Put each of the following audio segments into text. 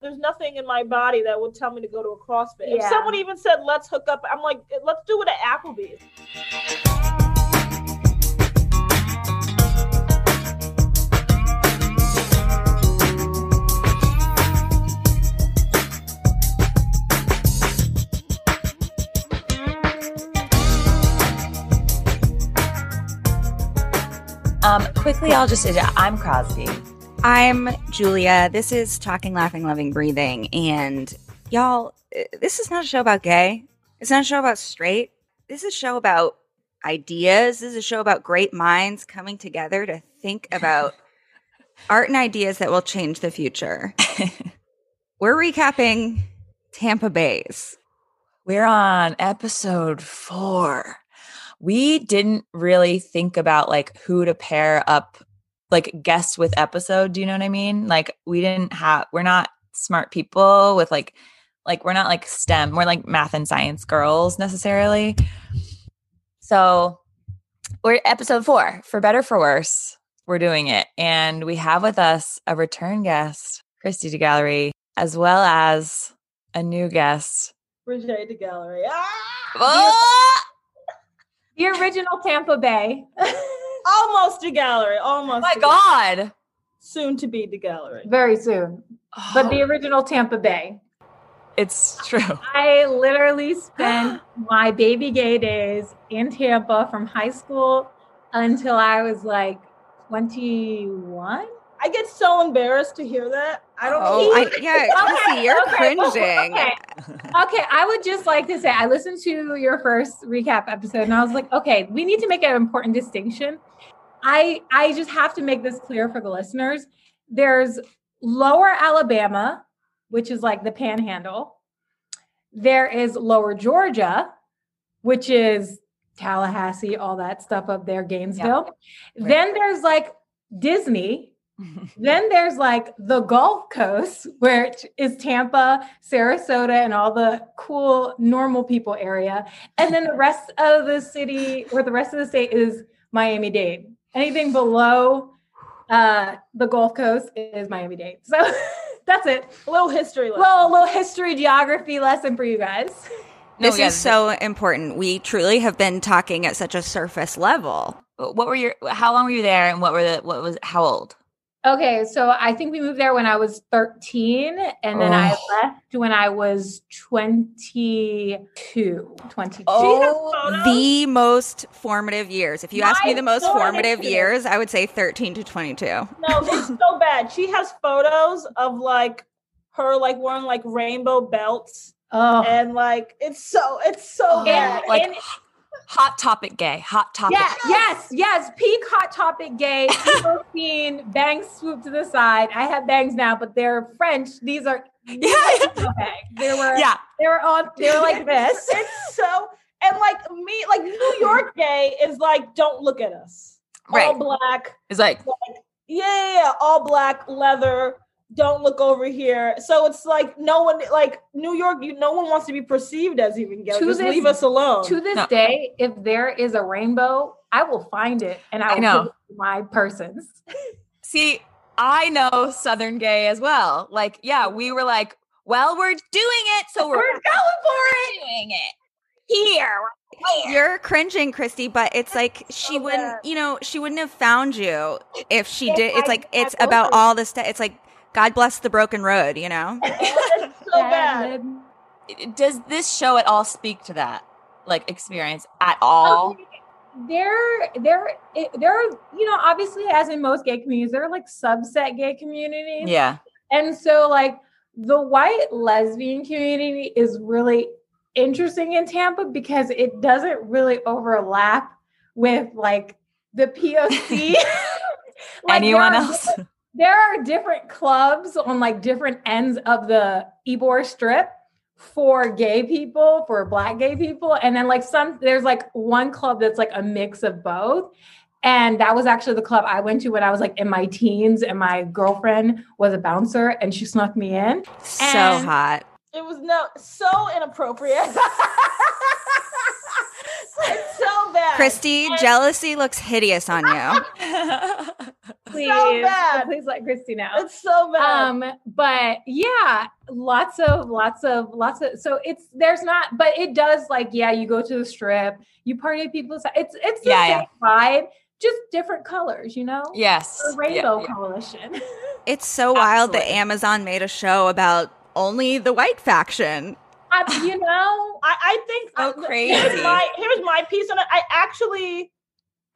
there's nothing in my body that would tell me to go to a CrossFit. If Yeah. someone even said, let's hook up, I'm like, let's do it at Applebee's. Um, quickly, I'll just I'm Crosby. I'm Julia. This is Talking, Laughing, Loving, Breathing. And y'all, eh, this is not a show about gay. It's not a show about straight. This is a show about ideas. This is a show about great minds coming together to think about art and ideas that will change the future. We're recapping Tampa Bay's. We're on episode four. We didn't really think about like who to pair up, like guests with episode. Do you know what I mean? Like we didn't have. We're not smart people with like, like we're not like STEM. We're like math and science girls necessarily. So we're at episode four. For better for worse, we're doing it, and we have with us a return guest, Christy De Gallery, as well as a new guest. Brigade the gallery. Ah! Oh! The original Tampa Bay. Almost the gallery. Almost. my the- god. Soon to be the gallery. Very soon. But the Oh, original Tampa Bay. it's true. I literally spent my baby gay days in Tampa from high school until I was like 21. I get so embarrassed to hear that. I don't Oh, I, yeah, Chrissy, you're okay, well, cringing. Okay. Okay, I would just like to say I listened to your first recap episode and I was like, okay, we need to make an important distinction. I I just have to make this clear for the listeners. There's lower Alabama, which is like the panhandle. There is lower Georgia, which is Tallahassee, all that stuff up there, Gainesville. Right. Then there's like Disney, then there's like the Gulf Coast, which is Tampa, Sarasota, and all the cool normal people area. And then the rest of the city or the rest of the state is Miami Dade. Anything below uh, the Gulf Coast is Miami Dade. So that's it. a little history lesson. Well, a little history geography lesson for you guys. No, This yeah, is so important. We truly have been talking at such a surface level. What were your how long were you there and what were the what was how old? Okay, so I think we moved there when I was 13, and then I left when I was 22. photos? 22. Oh, the most formative years. If you ask me the most God, formative it's- years, I would say 13 to 22. No, it's so bad. She has photos of like her like wearing like rainbow belts Oh. and like it's so it's so Oh, bad. like and- hot topic gay, hot topic. Yeah, yes, yes. Peak hot topic gay, super fiend, bangs swoop to the side. I have bangs now, but they're French. These are Yeah. no bangs. They were Yeah. they were on they were like It's- this. It's so and like me like New York gay is like don't look at us. All Oh Right. black. It's like Yeah, yeah, yeah, all black leather. Don't look over here. So it's like no one like New York. You no one wants to be perceived as even gay. To Just this- leave us alone. To this No. day, if there is a rainbow, I will find it and I I will know. give it to my persons. see, I know Southern gay as well. Like, yeah, we were like, well, we're doing it, so we're, going for it. Doing it. Here. You're cringing, Christy, but it's like she so wouldn't, bad. you know, she wouldn't have found you if she If did. It's I like, had it's about ordered. all the stuff. It's like, God bless the broken road, you know? it's so bad. Does this show at all speak to that like experience at Oh, all? there there it- there are you know obviously as in most gay communities there are like subset gay communities Yeah. and so like the white lesbian community is really interesting in tampa because it doesn't really overlap with like the poc Like, Anyone there are- else? there are different clubs on like different ends of the Ebor strip for gay people, for black gay people. And then like some there's like one club that's like a mix of both. And that was actually the club I went to when I was like in my teens and my girlfriend was a bouncer and she snuck me in. So And- hot. It was no so inappropriate. it's so bad. Christy, jealousy looks hideous on you. please, bad. please let Christy know. It's so bad. um but yeah lots of lots of lots of so it's there's not but it does like yeah you go to the strip you party at people's it's it's the Yeah, same vibe just different colors you know Yes. The rainbow coalition It's so wild that Absolutely. Amazon made a show about only the white faction. I- you know I, I think So I- look, Here's crazy. my, here's my piece on it. I actually,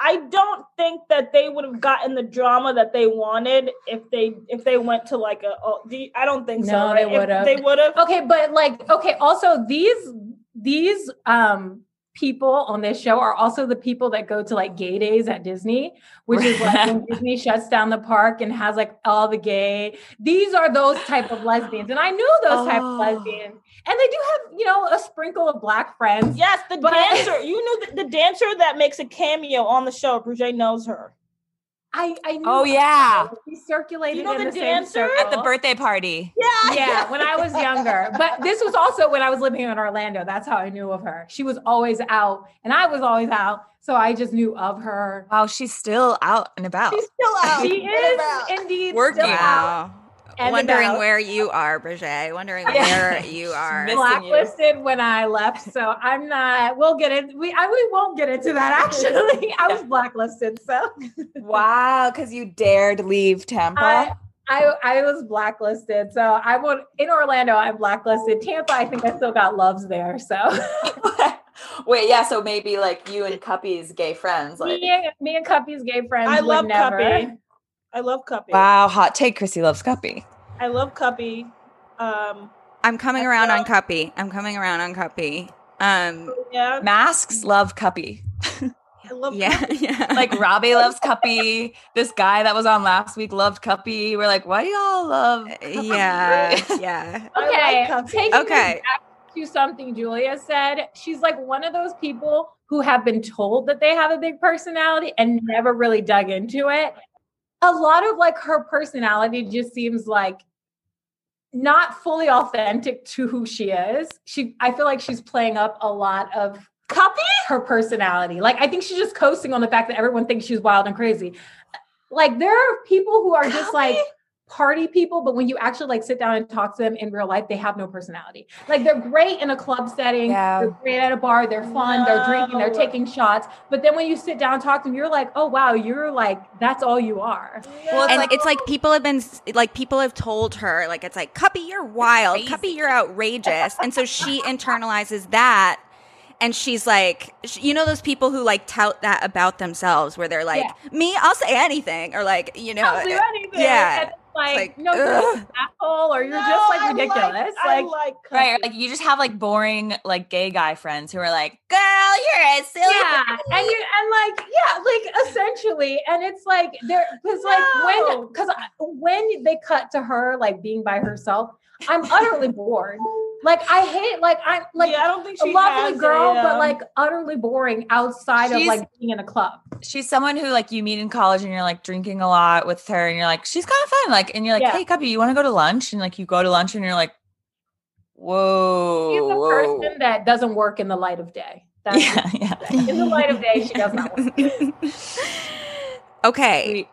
I don't think that they would have gotten the drama that they wanted if they if they went to like a. Oh, the, I don't think so. No, right? they If would've. They would have. okay but like okay also these these um people on this show are also the people that go to like gay days at disney which is like when disney shuts down the park and has like all the gay these are those type of lesbians and i knew those type Oh. of lesbians and they do have you know a sprinkle of black friends Yes, the But- dancer. You knew the, the dancer that makes a cameo on the show. Bruget knows her. i i knew Oh yeah. we circulated You know in the the, same dancer? circle. At the birthday party. yeah, when I was younger. But this was also when I was living in Orlando. That's how I knew of her. She was always out, and I was always out. So I just knew of her. Wow, she's still out and about. She's still out. She Get her is out. indeed Working. still out and Wondering about. where you are, Brigitte. Wondering Yeah. where you are. Missing you. blacklisted when I left. So I'm not. We'll get it. We I, we won't get into that. Actually, I was blacklisted. So wow, because you dared leave Tampa. I. I, I was blacklisted. So I won't in Orlando, I'm blacklisted. Tampa, I think I still got loves there. So Wait, yeah, so maybe like you and Cuppy's gay friends. Like me, and, me and Cuppy's gay friends. I would love never. Cuppy. I love Cuppy. Wow, hot take Chrissy loves Cuppy. I love Cuppy. Um, I'm coming around on Cuppy. I'm coming around on Cuppy. Um, yeah, Masks love Cuppy. I love. yeah, yeah. Like Robbie loves Cuppy. This guy that was on last week loved Cuppy. We're like, why do y'all love Cuppy? Uh, yeah, yeah. I like Okay. Cuppy. taking Okay. okay. back to something Julia said, she's like one of those people who have been told that they have a big personality and never really dug into it. A lot of like her personality just seems like not fully authentic to who she is. She I feel like she's playing up a lot of Cuppy. her personality. Like I think she's just coasting on the fact that everyone thinks she's wild and crazy. Like there are people who are just like party people, but when you actually like sit down and talk to them in real life, they have no personality. Like they're great in a club setting, Yeah. they're great at a bar, they're fun, they're drinking, they're No. taking shots. But then when you sit down and talk to them, you're like, oh wow, you're like that's all you are. Well, and like- it's like people have been like people have told her like it's like Cuppy, you're wild. Cuppy, you're outrageous. And so she internalizes that, and she's like, sh- you know, those people who like tout that about themselves, where they're like, me, I'll say anything, or like, you know, I'll do uh, anything. yeah. And eh, it's like, like, no, you're ugh. just an asshole, or you're No, just I like ridiculous. I like like Cuppy. Right, or, like you just have like boring like gay guy friends who are like, "Girl, you're as silly." yeah and you and like yeah like essentially and it's like there because like No. when because when they cut to her like being by herself i'm utterly bored like i hate like i'm like yeah, I don't think a she lovely has girl a, but um, like utterly boring outside of She's- like being in a club She's someone who like you meet in college and you're like drinking a lot with her and you're like, "She's kind of fun." Like and you're like, Yeah. "Hey, Cuppy, you want to go to lunch?" And like you go to lunch and you're like, "Whoa." she's a whoa." person that doesn't work in the light of day that's Yeah, yeah. in the light of day she does not work okay, We,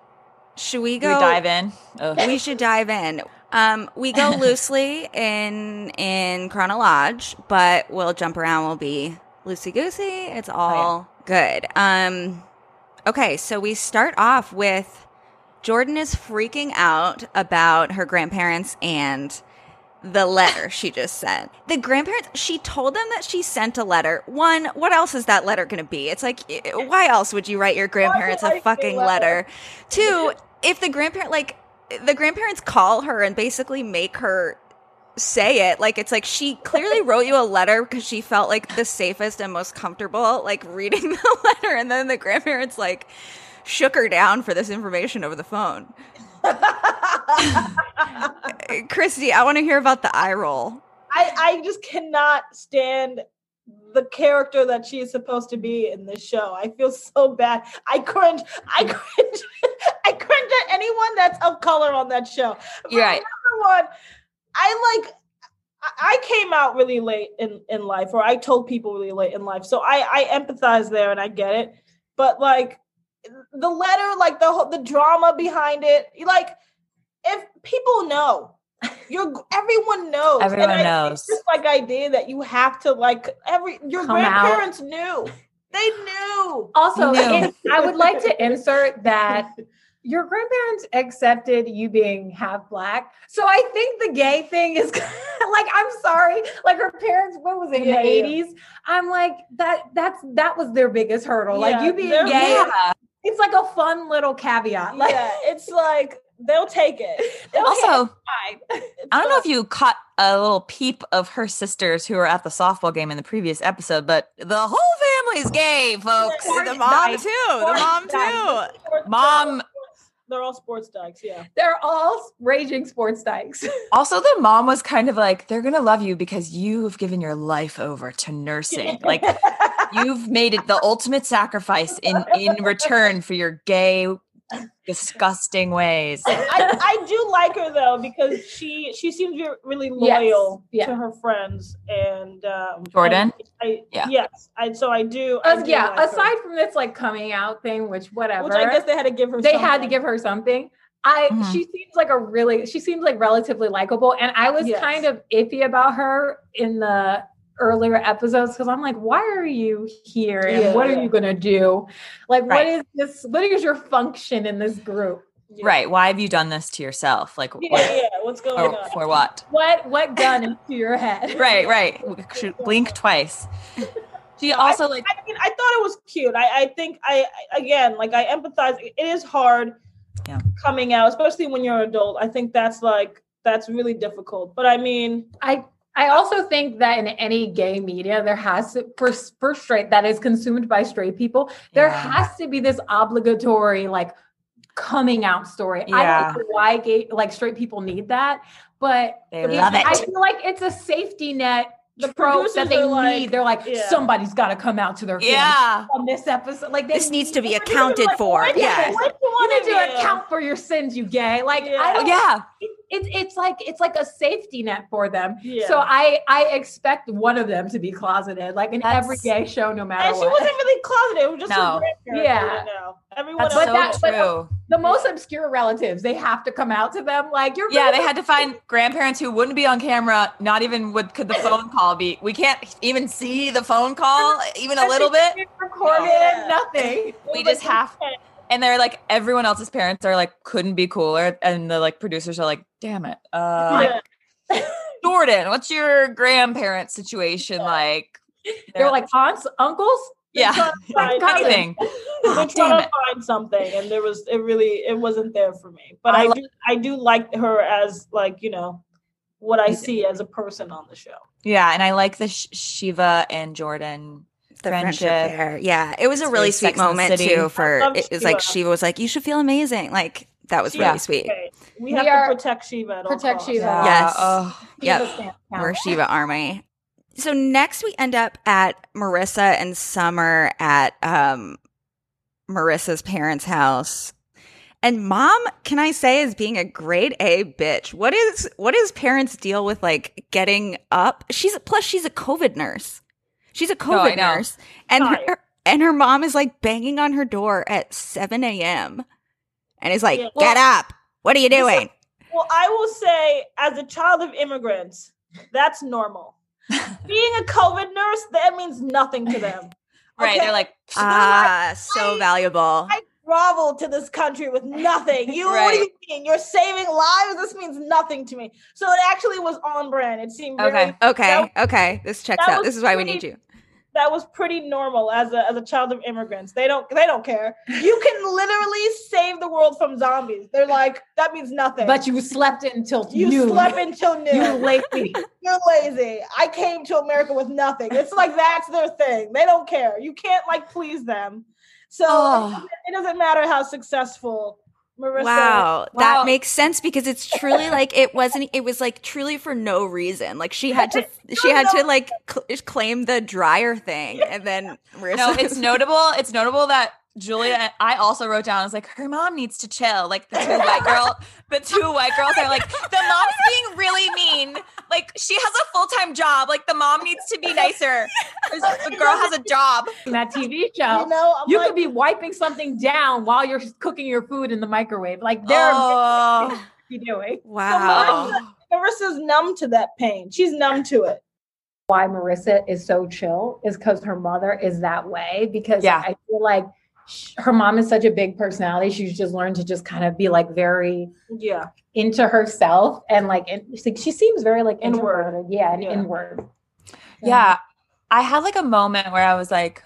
should we we go? dive in. Ugh. we should dive in. Um, we go loosely in in chronology, but we'll jump around. We'll be loosey goosey. It's all good. Um, okay, so we start off with Jordan is freaking out about her grandparents and the letter she just sent. The grandparents, she told them that she sent a letter. One, what else is that letter going to be? It's like, eh, why else would you write your grandparents write a a fucking letter? letter? Two, if the grandparent, like, the grandparents call her and basically make her say it like it's like she clearly wrote you a letter because she felt like the safest and most comfortable like reading the letter and then the grandparents like shook her down for this information over the phone christy i want to hear about the eye roll I, I just cannot stand the character that she is supposed to be in this show. I feel so bad. I cringe. I cringe. I cringe at anyone that's of color on that show. But You're right. Another one. I like. I- I came out really late in in life, or I told people really late in life, so I I empathize there and I get it. But like, the letter, like the whole, the drama behind it. Like if people know, you're everyone knows. Everyone I- knows. It's just like idea that you have to like every your Come out. grandparents knew. They knew. Also, No. and I would like to insert that your grandparents accepted you being half black. So I think the gay thing is like I'm sorry, like her parents, what was it in Yeah, yeah. the 80s? I'm like that that's that was their biggest hurdle. like Yeah, you being they're- gay, Yeah. it's like a fun little caveat. Like yeah, it's like they'll take it. They'll Also, take it. It's I don't know like- if you caught a little peep of her sisters who were at the softball game in the previous episode, but the whole family's gay, folks. Yeah. the mom too. The Sports mom dykes. too. Sports- Mom- They're all sports dogs, yeah. they're all raging sports dykes. Also, the mom was kind of like, they're going to love you because you've given your life over to nursing. Like, you've made it the ultimate sacrifice in in return for your gay disgusting ways I, I do like her though because she she seems re- really Yes, loyal yeah. to her friends and um, Jordan? Oh, I, I- Yeah. Yes, I so I do. I Uh, do yeah, like her. aside from this like coming out thing, which whatever. which I guess they had to give her. they had to something. give her something. I Mhm. she seems like a really she seems like relatively likable, and I was Yes. kind of iffy about her in the earlier episodes because I'm like, why are you here and Yeah, what yeah. are you gonna do? Like, what Right. is this? What is your function in this group? Yeah. right Oh. why have you done this to yourself like Yeah, what, yeah. What's oh going for, on? for what What what gun is to your head? right right Should blink twice she also like I mean, I thought it was cute. I, I think I I- again, like I empathize. It is hard Yeah. coming out, especially when you're an adult. I think that's like that's really difficult. But I mean, I I also think that in any gay media, there has to for for straight that is consumed by straight people, there Yeah. has to be this obligatory like coming out story. I Yeah. don't know why gay like straight people need that, but they love I it feel like it's a safety net The trope that producers they are like- need. They're like Yeah. somebody's got to come out to their family yeah on this episode. Like they This needs to be Like, accounted like, for. what- Yes. what do you you want need to to account for your sins, you gay. Like Yeah. I don't. Oh, yeah It's it's like it's like a safety net for them. Yeah. So I I expect one of them to be closeted, like in That's- every gay show, no matter and she what. wasn't really closeted. It was just No. her grandparents. Yeah. Yeah. Now. Everyone that's else. so that- but- true the most obscure relatives, they have to come out to them. Like you're yeah they had to find grandparents who wouldn't be on camera not even would could the phone call be we can't even see the phone call even a little bit recorded, Yeah. nothing. we just have and they're like everyone else's parents are like couldn't be cooler and the like producers are like damn it uh Yeah. jordan what's your grandparent situation like They're like aunts, uncles. yeah Fine. cousins. anything They're Ah, trying damn to it find something, and there was it really it wasn't there for me. But I I, like- do I do like her as like you know what I Me too. see as a person on the show. yeah and i like the Sh- shiva and jordan the friendship, friendship. there. Yeah, it was It's a very really sweet Sex and the moment City. too. For love it was like Shiva. Shiva was like, "You should feel amazing." Like that was Yeah. really sweet. Okay. We We have are- to protect Shiva. At all Protect costs. Shiva. Yeah. Yes. oh, Yep. Give a stamp count. We're Shiva Army. So next we end up at Marissa and Summer at um, Marissa's parents' house. And mom, can I say, is being a grade A bitch. What is what is parents deal with like getting up? She's plus she's a COVID nurse. She's a No, I COVID know. nurse, and Sorry. her and her mom is like banging on her door at seven a.m. and is like, Yeah. "Get up! What are you This is- doing?" Well, I will say, as a child of immigrants, that's normal. Being a COVID nurse, that means nothing to them. right Okay? they're like "Psh, Ah, so I- valuable. I grovel to this country with nothing. You what do you Right. mean? You're saving lives? This means nothing to me. So it actually was on brand. It seemed very, okay Okay, okay, this checks that out. was This is why we pretty- need you. that was pretty normal as a as a child of immigrants. They don't they don't care. You can literally save the world from zombies. They're like, that means nothing. But you slept until you noon. slept until noon. You lazy. you're lazy. I came to America with nothing. It's like that's their thing. They don't care. You can't like please them. So Oh. it, doesn't, it doesn't matter how successful Marissa. Wow, Wow. that makes sense because it's truly like it wasn't. e, It was like truly for no reason. Like she had to, she had to like cl- claim the dryer thing, and then Marissa. no it's notable it's notable that Julia, I also wrote down, I was like, her mom needs to chill. Like the two white girl, the two white girls are like, the mom's being really mean. Like she has a full-time job. Like the mom needs to be nicer. The girl has a job. in that TV You show. know, I'm You like, could be wiping something down while you're cooking your food in the microwave. Like they're Oh, be doing. Wow. Marissa's numb to that pain. She's numb to it. Why Marissa is so chill is because her mother is that way. Because Yeah. I feel like sh- her mom is such a big personality. She's just learned to just kind of be like very Yeah. into herself and like in, she's like- she seems very like Inward. inward. Yeah, and Yeah. inward. yeah. I had like a moment where I was like,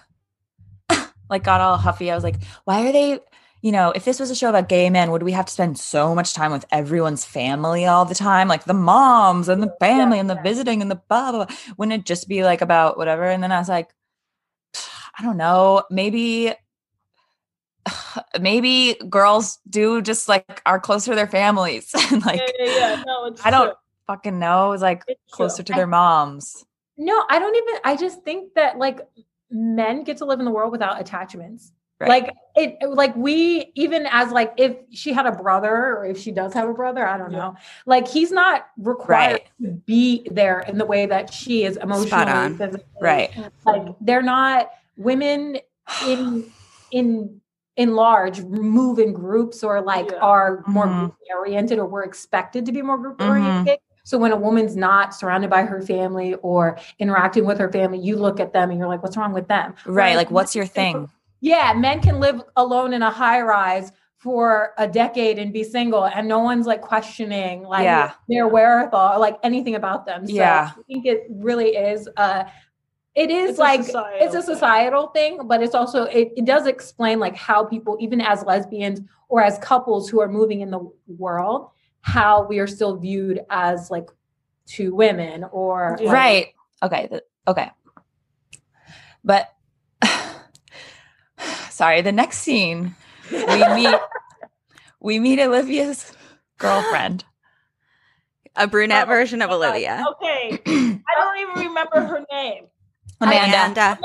like got all huffy. I was like, why are they, you know, if this was a show about gay men, would we have to spend so much time with everyone's family all the time? Like the moms and the family and the yeah. visiting and the blah, blah, blah. Wouldn't it just be like about whatever? And then I was like, I don't know, maybe maybe girls do just like are closer to their families and like yeah, yeah, yeah. No, it's I don't true. fucking know. It was like It's true. closer to their moms. No, I don't even. I just think that like men get to live in the world without attachments. Right. Like it, like we even as like if she had a brother or if she does have a brother, I don't Yeah. know. Like he's not required Right. to be there in the way that she is emotionally, on. physically. Right. Like they're not women in in in large move in groups or like Yeah. are more Mhm. group oriented or we're expected to be more group oriented. So when a woman's not surrounded by her family or interacting with her family, you look at them and you're like, what's wrong with them? Right. Whereas Like, what's your men can- thing? Yeah, men can live alone in a high rise for a decade and be single and no one's like questioning like Yeah. their wherewithal or like anything about them. So Yeah. I think it really is uh it is It's a like it's societal a thing. societal thing, but it's also it, it does explain like how people even as lesbians or as couples who are moving in the world how we are still viewed as like two women or Yeah. Right. Okay. th- okay. But sorry, the next scene we meet we meet Olivia's girlfriend. A brunette Oh, version of God. Olivia. Okay. Amanda. I don't even remember her name. Amanda. Amanda.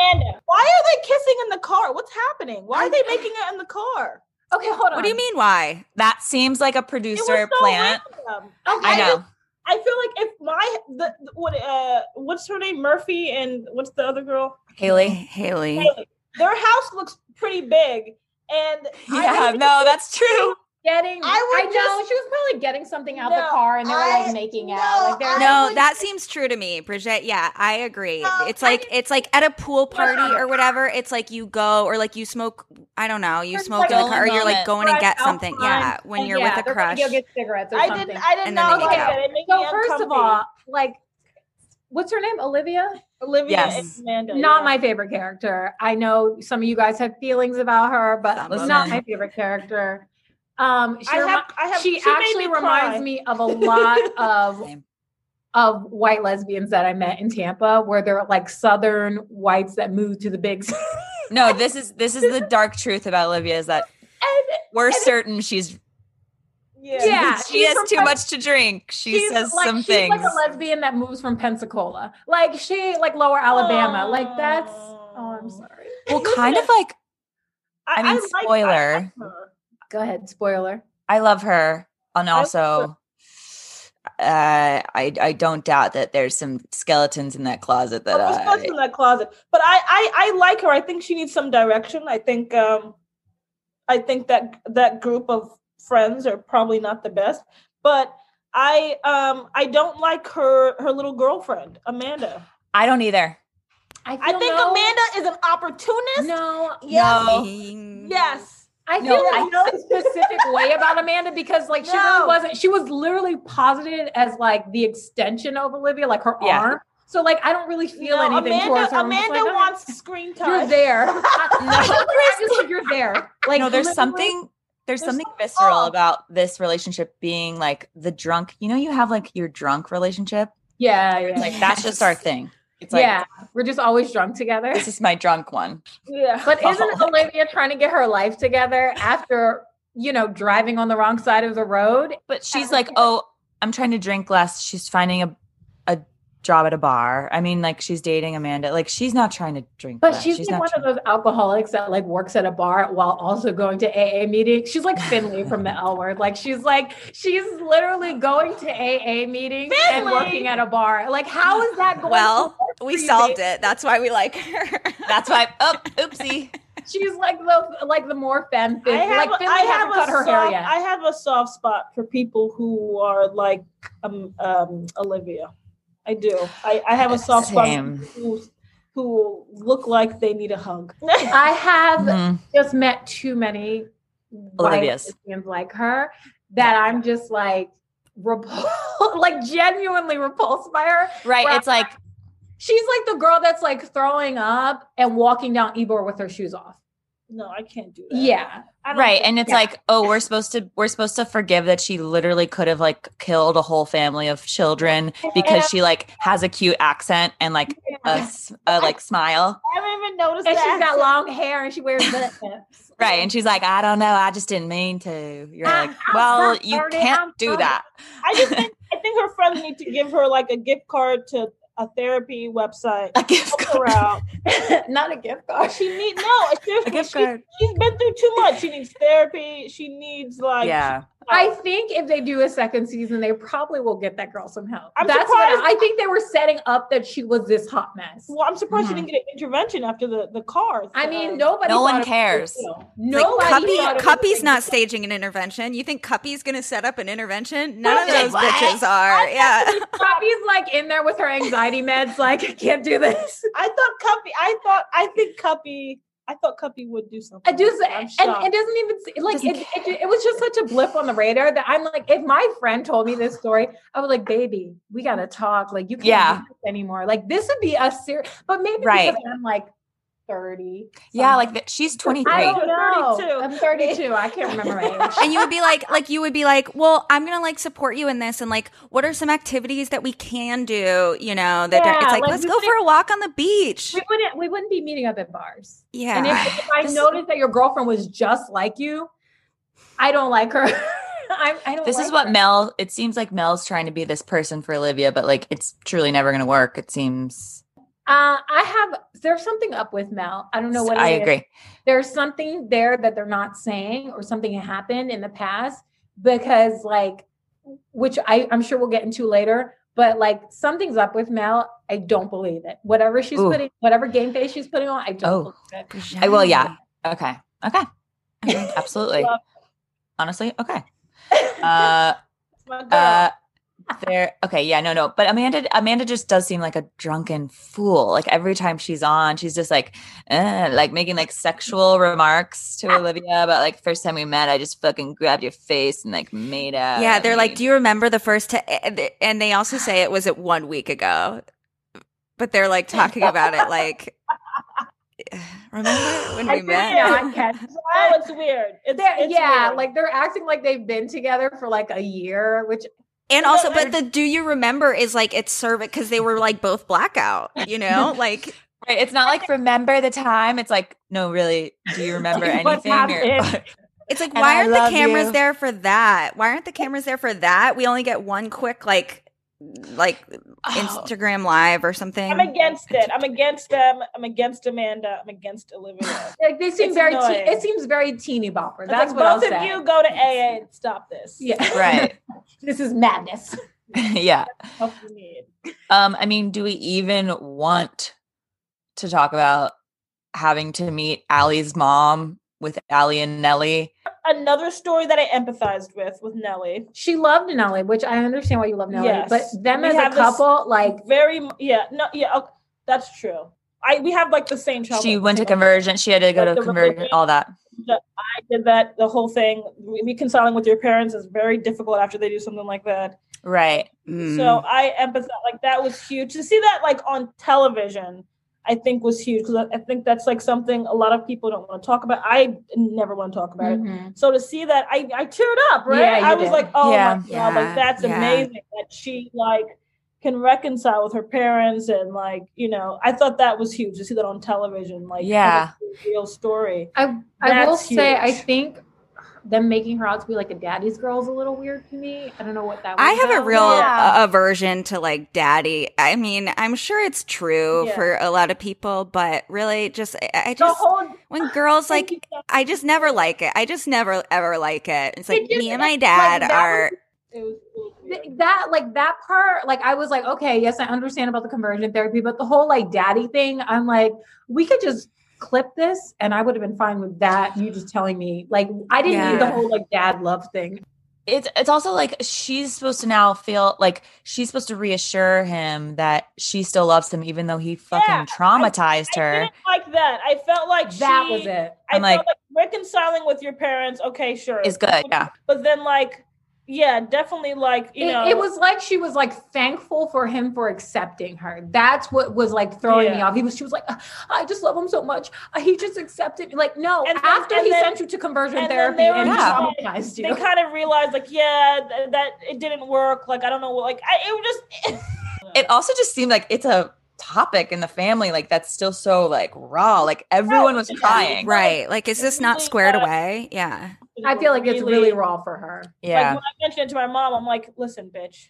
Why are they kissing in the car? What's happening? Why are they making it in the car? okay hold on What do you mean why? That seems like a It producer was so plant. random. I know. I feel like if my the what uh what's her name Murphy and what's the other girl Haley. Haley. Haley. Their house looks pretty big, and Yeah, no, that's true. getting I would I know just- she was probably getting something out No, the car and they were I- like making no, out like they're I No, would- that seems true to me, Bridget. Yeah, I agree. No, it's I like it's like at a pool party or whatever. It's like you go or like you smoke. I don't know. You It's smoke like in a the car, or you're like moment. going and Right, get something. Yeah, outside, when and you're Oh, yeah, with a they're gonna crush. go get cigarettes or I something. didn't I did And then not they like make out. it. It made so me first of uncomfy. all, like what's her name? Olivia? Olivia Yes. and Amanda. Not yeah. my favorite character. I know some of you guys have feelings about her, but Some of not them. my favorite character. Um, she, I have, remi- I have, she, she made actually me reminds cry. me of a lot of Same. of white lesbians that I met in Tampa, where they're like Southern whites that moved to the big city. No, this is this is the dark truth about Olivia is that And we're certain she's Yeah. Yeah. she she's has from too Pres- much to drink. She she's says like, some she's things. like a lesbian that moves from Pensacola, like she like Lower Alabama, like that's. Oh, I'm sorry. well, kind of like I mean, like- spoiler. like her. Go ahead, spoiler. I love her, and love her. also, uh, I I don't doubt that there's some skeletons in that closet that Oh, there's I. nothing in that closet. But I, I, I like her. I think she needs some direction. I think, um, I think that that group of friends are probably not the best. But I, um, I don't like her her little girlfriend Amanda. I don't either. I feel think no- Amanda is an opportunist. No, Yes. No. Yes. I No, feel I like no specific way about Amanda because like she No. really wasn't. She was literally posited as like the extension of Olivia, like her Yeah. arm. So like I don't really feel No, anything Amanda, towards her. I'm just Amanda like, okay, wants screen time. You're there. I just like you're there. Like no, there's literally- something. There's there's something visceral off. about this relationship being like the drunk. You know, you have like your drunk relationship. Yeah, yeah. It's like that's just our Yes. thing. It's like yeah, we're just always drunk together. this is my drunk one. Yeah. But isn't Oh. Olivia trying to get her life together after you know driving on the wrong side of the road? But she's like, oh, I'm trying to drink less. She's finding a a job at a bar. I mean, like she's dating Amanda. Like she's not trying to drink. But that. she's, like not one trying- of those alcoholics that like works at a bar while also going to AA meetings. She's like Finley from the L Word. Like she's like she's literally going to AA meetings and Finley! working at a bar. Like how is that going? Well, we Free solved it. That's why we like her. That's why. Oh, oopsie. she's like the like the more femme. I Fin- have, like Finley I have hasn't a cut her soft, hair yet. I have a soft spot for people who are like um, um, Olivia. I do. I, I have a soft Same. spot for people who, who look like they need a hug. I have Mhm. just met too many white Olivia's. lesbians like her that I'm just like repulsed, like genuinely repulsed by her. Right. Well, it's like She's like the girl that's like throwing up and walking down Ebor with her shoes off. no, I can't do that. Yeah. I don't right, think- and it's yeah. like, oh, we're supposed to we're supposed to forgive that she literally could have like killed a whole family of children because she like has a cute accent and like a, s- a like smile. I haven't even noticed And that. she's got long hair and she wears the hips. Right. And she's like, I don't know. I just didn't mean to. You're Ah, like, I'm well, not you sorry, I'm can't do sorry. that. I just think I think her friends need to give her like a gift card to a therapy website. A gift Help her card. out. Not a gift card. She need no. She, A gift she, card. she's been through too much. She needs therapy. She needs like yeah. I think if they do a second season, they probably will get that girl somehow. I'm That's what surprised- I, I think they were setting up that she was this hot mess. Well, I'm surprised Mhm. she didn't get an intervention after the the car. I so- mean, nobody. No one thought it was a big cares. deal. Like, Nobody. thought Cuppy, it was a Cuppy's big not deal. staging an intervention. You think Cuppy's going to set up an intervention? None of Like, those what? bitches are. Yeah. Cuppy's like in there with her anxiety meds. Like, I can't do this. I thought Cuppy. I thought I think Cuppy. I thought Cuppy would do something. I do, like that. I'm and shocked. it doesn't even se- like Doesn't it, it. ju- It was just such a blip on the radar that I'm like, if my friend told me this story, I was like, baby, we gotta talk. Like, you can't Yeah. do this anymore. Like, this would be a serious. But maybe Right. because I'm like thirty. Yeah. something. Like that. She's 23. I don't You're know. 32. I'm thirty-two. I can't remember my age. and you would be like like you would be like well i'm gonna like support you in this and like what are some activities that we can do you know that Yeah, it's like, like, let's we go for wouldn't- a walk on the beach We wouldn't. We wouldn't be meeting up at bars. And yeah if, if I This- noticed that your girlfriend was just like you, I don't like her. I, I don't. This is like what her. Mel, it seems like Mel's trying to be this person for Olivia, but like it's truly never going to work. It seems. Uh, I have. There's something up with Mel. I don't know what. it I is. agree. There's something there that they're not saying, or something happened in the past because, like, which I, I'm sure we'll get into later. But like, something's up with Mel. I don't believe it. Whatever she's Ooh. putting, whatever game face she's putting on, I don't Oh. believe it. I will. Yeah. Okay. Okay. Absolutely. Love. Honestly. Okay. Uh, My girl. Uh, there. Okay, yeah, no, no. But Amanda, Amanda just does seem like a drunken fool. Like every time she's on, she's just like, eh, like making like sexual remarks to Olivia about like first time we met, I just fucking grabbed your face and like made out. yeah they're like And- do you remember the first time and they also say it was at one week ago but they're like talking about it like remember when I we did met not catch oh, it's weird. It's, They're- it's yeah, weird. like they're acting like they've been together for like a year, which and No, also I- but the do you remember is like it's servant because they were like both blackout you know like Right, It's not like remember the time. It's like no, really. Do you remember What anything? Or- happened? It's like, And why I aren't love the cameras you. there for that? Why aren't the cameras there for that? We only get one quick like like Oh, Instagram live or something. I'm against it. I'm against them. I'm against Amanda. I'm against Olivia. like they seem It's very te- annoying. it seems very teeny bopper. That's That's like, what I'll both of say. you go to AA and stop this. yeah, right. this is madness. yeah. Help you need. Um, I mean, do we even want to talk about having to meet Allie's mom with Allie and Nellie? Another story that I empathized with with Nellie. She loved Nelly, which I understand why you love Nelly, Yes. but them We as have a this- couple, like Very m- yeah no yeah okay, that's true. I we have like the same trouble. She went to conversion. She had to go Like to the conversion. religion. All that. I did that the whole thing. Re- Reconciling with your parents is very difficult after they do something like that. Right. Mm. So I empathize. Like that was huge to see that like on television. I think was huge because I think that's like something a lot of people don't want to talk about. I never want to talk about it. mhm. So to see that, I I teared up. Right? Yeah, you I was did. like, oh Yeah. my god, Yeah, like that's yeah. amazing that she like can reconcile with her parents and like you know I thought that was huge to see that on television. Like Yeah. as a real story. I I will That's say I huge. think them making her out to be like a daddy's girl is a little weird to me. I don't know what that. I was have a about. real Yeah. uh, aversion to like daddy. I mean, I'm sure it's true Yeah. for a lot of people, but really, just I, I The just whole when girls like, Thank you, Jeff. I just never like it. I just never ever like it. It's like It just- me and my like, dad that are. It was a little Th- weird. that like that part like i was like okay yes i understand about the conversion therapy but the whole like daddy thing i'm like we could just clip this and i would have been fine with that you just telling me like i didn't need the Yeah. whole like dad love thing it's it's also like she's supposed to now feel like she's supposed to reassure him that she still loves him even though he fucking Yeah, I- traumatized I her. didn't like that. I felt like that she, was it I I'm felt like- like, reconciling with your parents. Okay, sure, Is good, yeah. But then, like, yeah, definitely, like you it, know, it was like she was like thankful for him for accepting her. That's what was like throwing me Yeah. off. He was she was like, "Uh, I just love him so much. Uh, He just accepted. me." Like no, And then- after and he then- sent you to conversion and then therapy they were and he Yeah. traumatized They you. kind of realized, like, yeah, th- that it didn't work. Like, I don't know, like, I, it was just. It also just seemed like it's a topic in the family like that's still so like raw. Like everyone was Yeah. crying. Right. Like, is this not Really, squared uh, away? Yeah. I feel like it's really raw for her. Like Yeah. when I mentioned it to my mom, I'm like, "Listen, bitch,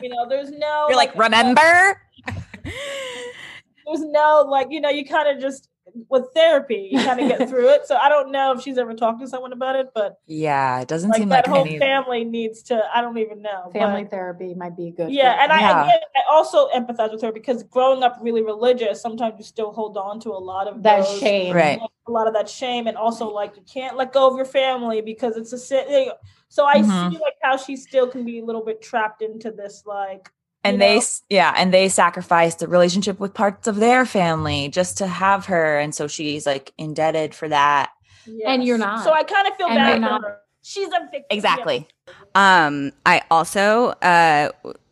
you know, there's no." You're like, remember? there's no like you know you kind of just with therapy you kind of get through it so i don't know if she's ever talked to someone about it but Yeah, it doesn't like seem that like whole any family needs to i don't even know but- Family therapy might be good. for yeah and her. i Yeah. again, i also empathize with her because growing up really religious sometimes you still hold on to a lot of that those- shame. Right. a lot of that shame and also like you can't let go of your family because it's a sin so i Mm-hmm. Mhm. see like how she still can be a little bit trapped into this like and you they know? s yeah and they sacrificed the relationship with parts of their family just to have her and so she's like indebted for that And you're Yes. not. so i kind of feel And bad you're for not. her she's a victim Yeah. exactly Um, I also uh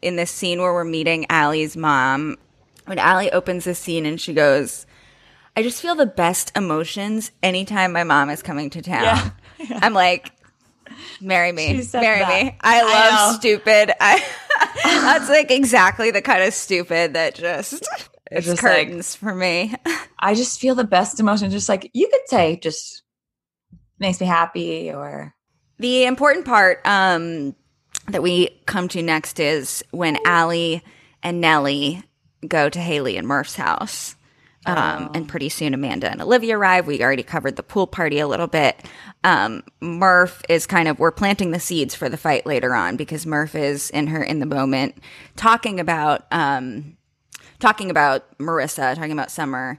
in this scene where we're meeting Allie's mom, when Allie opens this scene and she goes, I just feel the best emotions anytime my mom is coming to town. Yeah. I'm like, marry She me. said Marry that. me. I love know. stupid. I that's like exactly the kind of stupid that just it's just like- curtains for me. I just feel the best emotion. Just like you could say, just makes me happy or The important part um, that we come to next is when Allie and Nellie go to Haley and Murph's house. Um, And pretty soon Amanda and Olivia arrive. We already covered the pool party a little bit. Um, Murph is kind of, we're planting the seeds for the fight later on because Murph is in her in the moment talking about. Um, talking about Marissa, talking about Summer.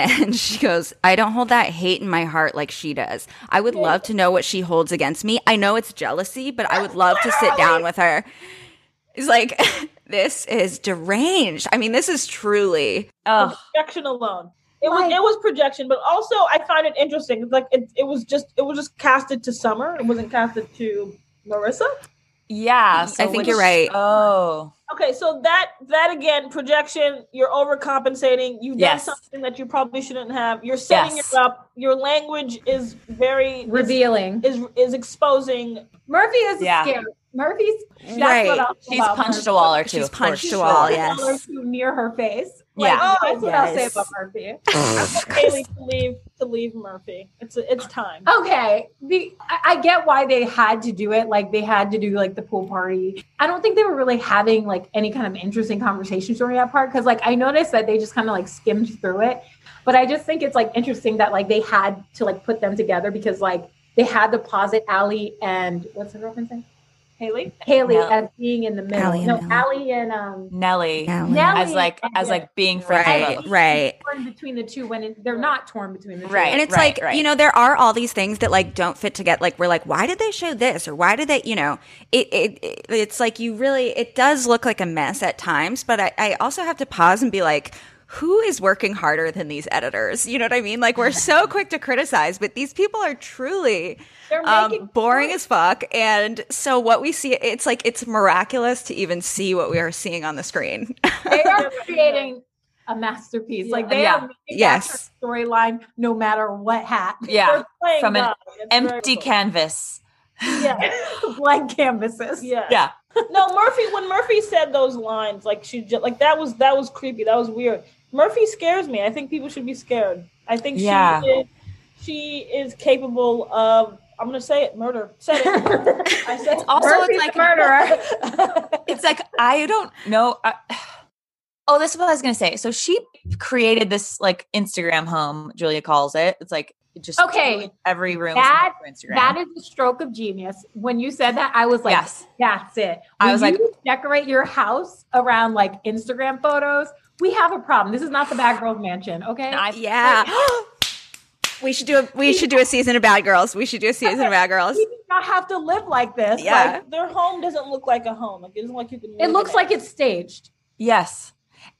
And she goes, I don't hold that hate in my heart like she does. I would love to know what she holds against me. I know it's jealousy, but I would love to sit down with her. It's like, this is deranged. I mean, this is truly. oh projection alone. It Like- was it was projection, but also I find it interesting. It's like it, it was just it was just casted to Summer. It wasn't casted to Marissa. yeah. So I think which- you're right. Oh Okay, so that that again, projection. You're overcompensating. You've done Yes. something that you probably shouldn't have. You're setting Yes. it up. Your language is very is, Revealing. is is exposing. Murphy is Yeah. scared. Murphy's that's Right. what I'll she's about punched Murphy. a wall or two. She's of course. punched a wall, She's yes. a wall or two near her face. Like, Yeah. oh, that's what I'll say yes. about Murphy. I want Haley to leave to leave Murphy. It's it's time. Okay, the I, I get why they had to do it. Like they had to do like the pool party. I don't think they were really having like any kind of interesting conversations during that part because like I noticed that they just kind of like skimmed through it. But I just think it's like interesting that like they had to like put them together because like they had to posit Allie and what's her girlfriend's name? Haley, Haley Nell. as being in the middle. Allie and no, Nell. Allie and um Nelly Nellie as like and- as like being friends. Right, with- right. torn between the two when it, they're not torn between the two. Right. And it's right, like, right. you know, there are all these things that like don't fit together. Like we're like, why did they show this? Or why did they, you know, it, it, it- it's like you really, it does look like a mess at times, but I, I also have to pause and be like, who is working harder than these editors? You know what I mean? Like we're so quick to criticize, but these people are truly They're making um, boring as fuck. And so what we see, it's like, it's miraculous to even see what we are seeing on the screen. they are creating a masterpiece. Like they Yeah. are making Yes. that storyline no matter what hat. Yeah. They're playing From an God. It's very Empty cool. canvas. Yeah, Blank canvases. yeah. Yeah. No, Murphy. When Murphy said those lines, like she, just, like that was that was creepy. That was weird. Murphy scares me. I think people should be scared. I think Yeah. she is, she is capable of. I'm gonna say it, murder. Said it. I said It's also Murphy's it's like the murderer. it's like I don't know. I, oh, this is what I was gonna say. So she created this like Instagram home. Julia calls it. It's like it just Okay. Every room That- is Instagram. that is a stroke of genius. When you said that, I was like, yes. that's it. I When was like- you decorate your house around like Instagram photos. We have a problem. This is not the Bad Girls Mansion, okay? And I Yeah. we should do a we should do a season of Bad Girls. We should do a season of Bad Girls. We do not have to live like this. Like, Yeah. Like their home doesn't look like a home. Like it doesn't look like you can. it looks like it's staged. yes.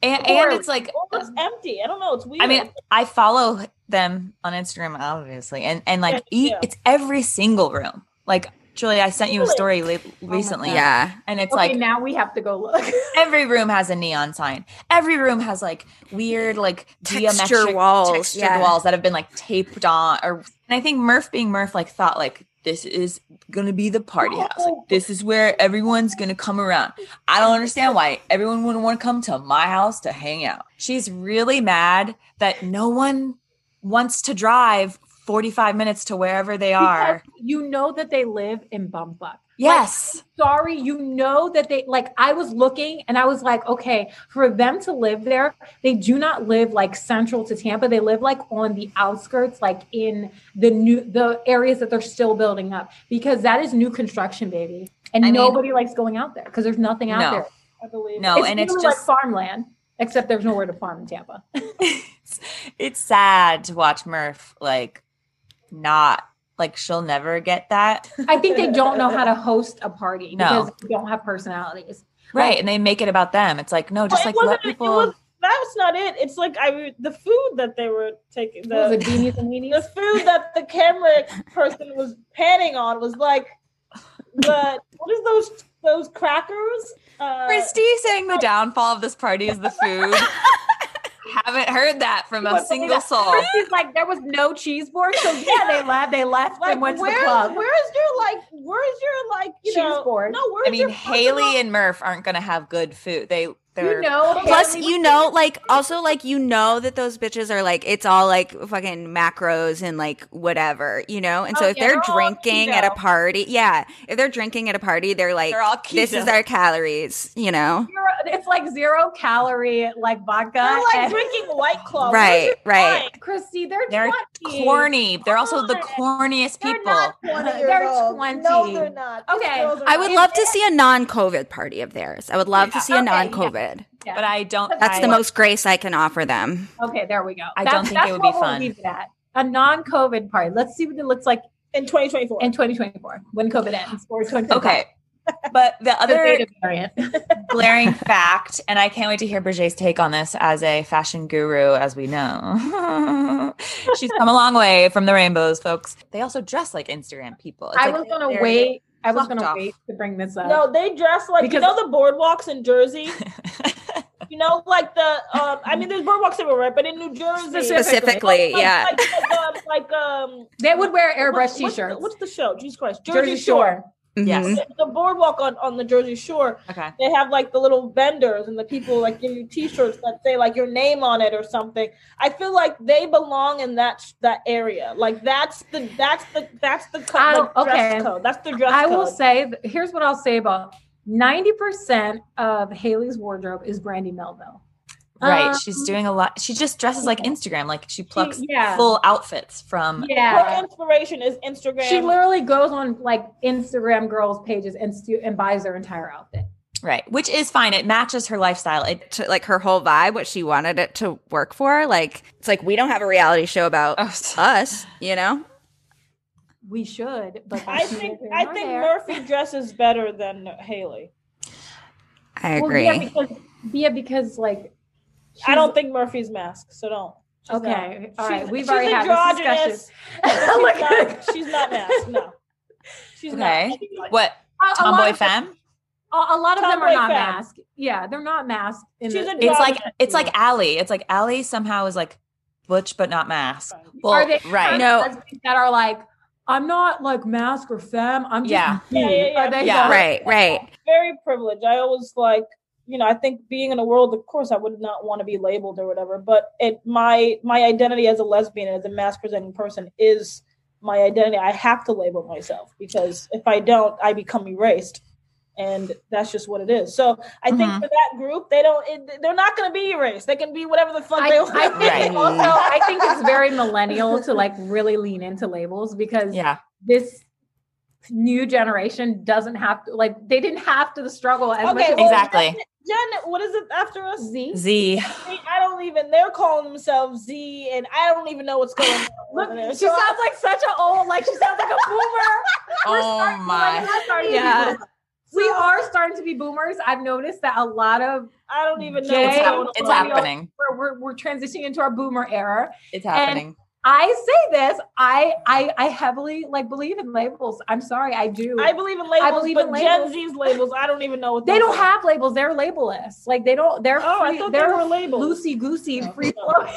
And and it's like it looks empty. I don't know. It's weird. I mean I follow them on Instagram obviously, and and like Yeah, you e- do. it's every single room. Like Julia, I sent you a Really? story la- recently. Oh God. Yeah. And it's okay, like now we have to go look. every room has a neon sign. Every room has like weird, like Texture geometric walls, textured yeah. walls that have been like taped on. Or and I think Murph, being Murph, like thought like this is gonna be the party house. Like this is where everyone's gonna come around. I don't understand why everyone wouldn't want to come to my house to hang out. She's really mad that no one wants to drive. 45 minutes to wherever they are. Because you know that they live in Bumfuck. yes. Sorry, you know that they like I was looking and I was like, okay, for them to live there, they do not live like central to Tampa. They live like on the outskirts, like in the new the areas that they're still building up because that is new construction, baby. And I mean- nobody likes going out there because there's nothing out No. there. I believe. No, and it's literally just like farmland, except there's nowhere to farm in Tampa. it's, it's sad to watch Murph like not like she'll never get that. I think they don't know how to host a party No. because they don't have personalities. Right. And they make it about them. It's like, no, just Well, it like let wasn't- it people was- that was not it. It's like I the food that they were taking. The, What was it, beanies and the weenies? food that the camera person was panning on was like the what is those those crackers? Uh, Christy saying the downfall of this party is the food. Haven't heard that from a Wouldn't single believe soul. She's like, there was no cheese board, so yeah, they left. They left like and went to where- the club. Where's your like? Where's your like? You Cheese know, board. No, where's I mean, your Haley and Murph aren't gonna have good food. They they're you know, Plus, Haley- you know, like also like you know that those bitches are like it's all like fucking macros and like whatever, you know. And so Oh, if yeah, they're they're all drinking at a keto. party, yeah, if they're drinking at a party, they're like they're all this is keto. their calories, you know. zero, it's like zero calorie, like vodka. They're like uh, and- drinking white claw. Right, right. Christy, they're, They're 20. corny. They're also the Come corniest They're people. not They're 20. No, they're not. These Okay. girls are I would not- love to see a non-COVID party of theirs. I would love to Yeah. see a Okay, yeah. non-COVID. Yeah. But I don't That's I, the most grace I can offer them. okay, there we go. I That's- don't think it that's would be what we'll fun. leave it at. A non-COVID party. Let's see what it looks like in 2024. in 2024 when COVID ends. Or 2025. Okay. But the The other Beta variant. glaring fact, and I can't wait to hear Bridget's take on this as a fashion guru, as we know. She's come a long way from the rainbows, folks. They also dress like Instagram people. It's I like was gonna they're- wait. I was fucked gonna off. wait to bring this up. no, they dress like Because- you know the boardwalks in Jersey. you know, like the um, I mean, there's boardwalks everywhere, but in New Jersey, Specific- Specifically, like, yeah. like, um, like um, they would wear airbrush what's- t-shirts. What's the, what's the show? Jesus Christ, Jersey, Shore. Yes. Mhm. The, the boardwalk on on the Jersey Shore, Okay. they have like the little vendors and the people like give you T-shirts that say like your name on it or something. I feel like they belong in that that area. Like that's the that's the that's the, co- I the don't- dress Oh, okay. code. That's the dress I code. will say. th- Here's what I'll say about ninety percent of Haley's wardrobe is Brandy Melville. Right. Um, She's doing a lot. She just dresses like Instagram. Like she plucks yeah. full outfits from Her Yeah. inspiration is Instagram. She literally goes on like Instagram girls' pages and stu- and buys their entire outfit. right, which is fine. It matches her lifestyle. It To, like her whole vibe, what she wanted it to work for. Like it's like we don't have a reality show about us, you know. We should, but I that's think neither I nor think there. Murphy dresses better than Haley. I Well, agree. yeah, because, yeah, because like I don't think Murphy's mask, so don't. She's not. Okay, all right. She's- We've she's already had this androgynous. She's discussion. not, she's not masked. No, she's Okay. not. what A- a lot tomboy of- femme? A, a lot of them are Tomboy not femme. masked. Yeah, they're not masked. In She's the- a It's like Androgynous. it's like Allie. It's like Allie somehow is like butch but not mask. Well, are they right. No. husbands that are like I'm not like mask or femme. I'm just Yeah. me." Yeah, yeah, yeah. Are they Yeah. not- right, right. Very privileged. I always like you know, I think being in a world, of course, I would not want to be labeled or whatever. But it, my my identity as a lesbian, as a mass presenting person, is my identity. I have to label myself because if I don't, I become erased, and that's just what it is. So I think Mm-hmm. Mhm. for that group, they don't. It, they're not going to be erased. They can be whatever the fuck I, they want. I think Right. also I think it's very millennial to like really lean into labels because Yeah. this new generation doesn't have to like they didn't have to struggle as much. Okay, as- well, Exactly. Gen, what is it after us? Z. Z. I I don't even. They're calling themselves Z, and I don't even know what's going on Look, over there. she sounds like such an old, like she sounds like a boomer. Oh my. Millennials starting to be Yeah. boomers. We are starting to be boomers. I've noticed that a lot of I don't even know. Jay, what's It's, hap- going millennials- it's on. happening. we're, we're, we're transitioning into our boomer era. It's happening. I say this, I I I heavily like believe in labels. I'm sorry, I do. I believe in labels, believe but in Gen labels. Z's labels, I don't even know what they those don't are. have labels. They're labelless. Like they don't. They're Oh, I free- thought they they're were labels. loosey goosey, Oh. No. free No. flowing.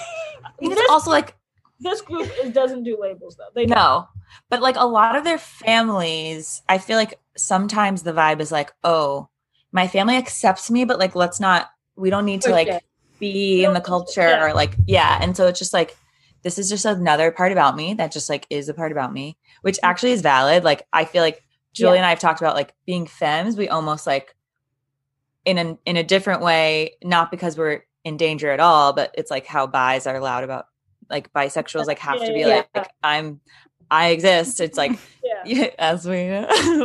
It's also like This group is, doesn't do labels though. They don't. No, but like a lot of their families, I feel like sometimes the vibe is like, oh, my family accepts me, but like, let's not, we don't need to Push like it. be in the culture yeah. or like, yeah. And so it's just like, this is just another part about me that just like is a part about me, which actually is valid. Like, I feel like Julie Mm-hmm. Yeah. and I have talked about like being femmes, we almost like in an in a different way, not because we're in danger at all, but it's like how bis are loud about like bisexuals like have to be Yeah. like, I'm I exist. It's like Yeah. as we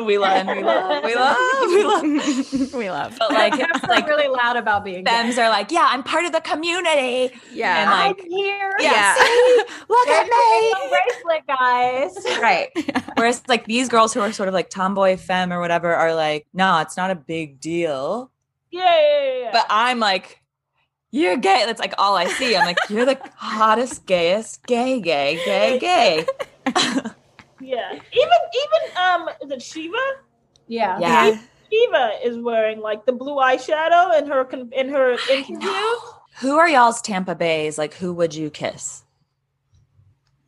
we love we love we love we love we love. but like That's like like really loud about being. gay. femmes are like, yeah, I'm part of the community. Yeah. And uh, like I'm here. Yeah. yeah, see? look There's at a me. bracelet, guys. Right. Whereas like these girls who are sort of like tomboy femme or whatever are like, no, it's not a big deal. Yeah, yeah, yeah, yeah. But I'm like, you're gay. That's like all I see. I'm like, you're the hottest, gayest, gay, gay, gay, gay. yeah. Even even um is it Shiva? Yeah. Yeah. Shiva is wearing like the blue eyeshadow in her con- in her interview. Who are y'all's Tampa Bays? Like, who would you kiss?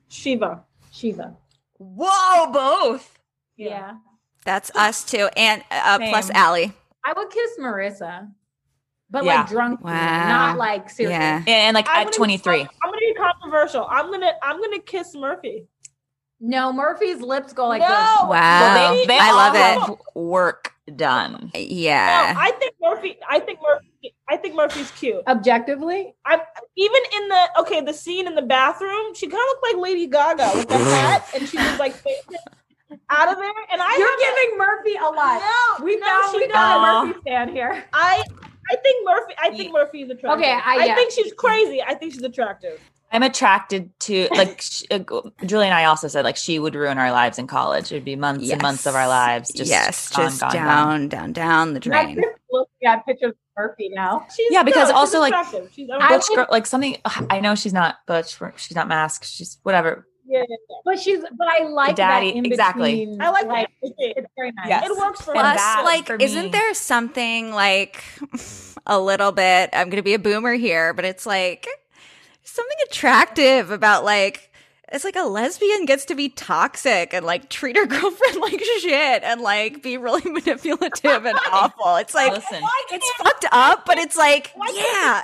Shiva. Shiva. Whoa, both. Yeah. That's us too, and uh, plus Same. Allie. I would kiss Marissa, but Yeah. like drunk, Wow. not like seriously. Yeah. And, and, like I'm at gonna be 23. con- I'm gonna be controversial. I'm gonna I'm gonna kiss Murphy. No, Murphy's lips go like No. this. Wow, Well, I all love it. have work done. No, Oh, Yeah, I think Murphy. I think Murphy. I think Murphy's cute. Objectively, I'm even in the okay, the scene in the bathroom, she kind of looked like Lady Gaga with the hat, and she was like facing out of there. And I you're have a- giving Murphy a lot. no, We no, found she we found a does. Murphy fan here. I I think Murphy. I think Murphy's attractive. Okay, I- yeah. think she's crazy. I think she's attractive. I'm attracted to like sh- uh, Julie and I also said like she would ruin our lives in college. It'd be months and months of our Yes. lives just yes, gone, just gone, gone. down, down, down the drain. Just Looking at pictures of Murphy now. She's Yeah, because no, she's also, like, attractive. she's, I I Butch would- girl, like something. ugh, I know she's not butch. we're- She's not masked. She's whatever. But she's, but I like Daddy- that in exactly. between, I like, like it. it's very nice. Yes. It works for And us. Plus, that like, for me- isn't there something like a little bit? I'm gonna be a boomer here, but it's like something attractive about like it's like a lesbian gets to be toxic and like treat her girlfriend like shit and like be really manipulative and awful. It's like Listen, it's fucked up, but it's like Why yeah,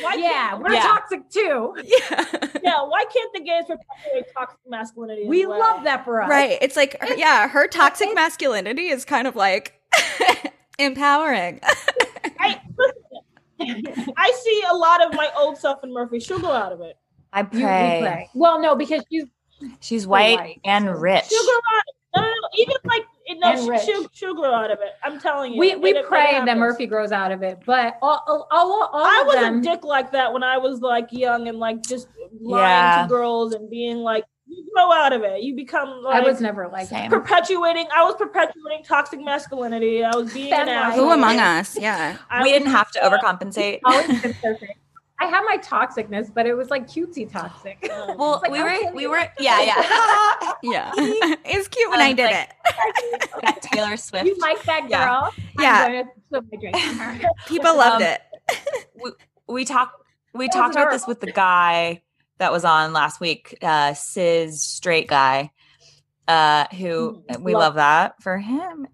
Why Yeah, can't, we're Yeah. toxic too. yeah. yeah. Why can't the gays perpetuate toxic masculinity? as We well? love that for us. Right. It's like, her, yeah, her toxic masculinity is kind of like empowering. I, I see a lot of my old self in Murphy. She'll go out of it. I You, you pray. pray. Well, no, because she's She's white, white, so- and rich. She'll grow out of it. No, no, no. Even like you know, And she, rich. she'll she'll grow out of it. I'm telling you. we, we It- it pray that happens. Murphy grows out of it. But all all, all, all I of was them, a dick like that when I was like young and like just lying Yeah. to girls and being like, you grow out of it. You become I like was never like that. Same. perpetuating. I was perpetuating toxic masculinity. I was being an Fem- asshole. Who among us? Yeah. I we was- didn't have to overcompensate. Always been perfect. I had my toxicness, but it was like cutesy toxic. um, Well, like, we were, okay. we were, yeah, yeah. Yeah. it's cute when Um, I did like- it. that Taylor Swift. You like that Yeah. girl? Yeah. I'm going to flip my drink on her. People loved Um, it. we talked we That talked was about this with the guy that was on last week uh cis straight guy uh who uh, Mm, we love- love that for him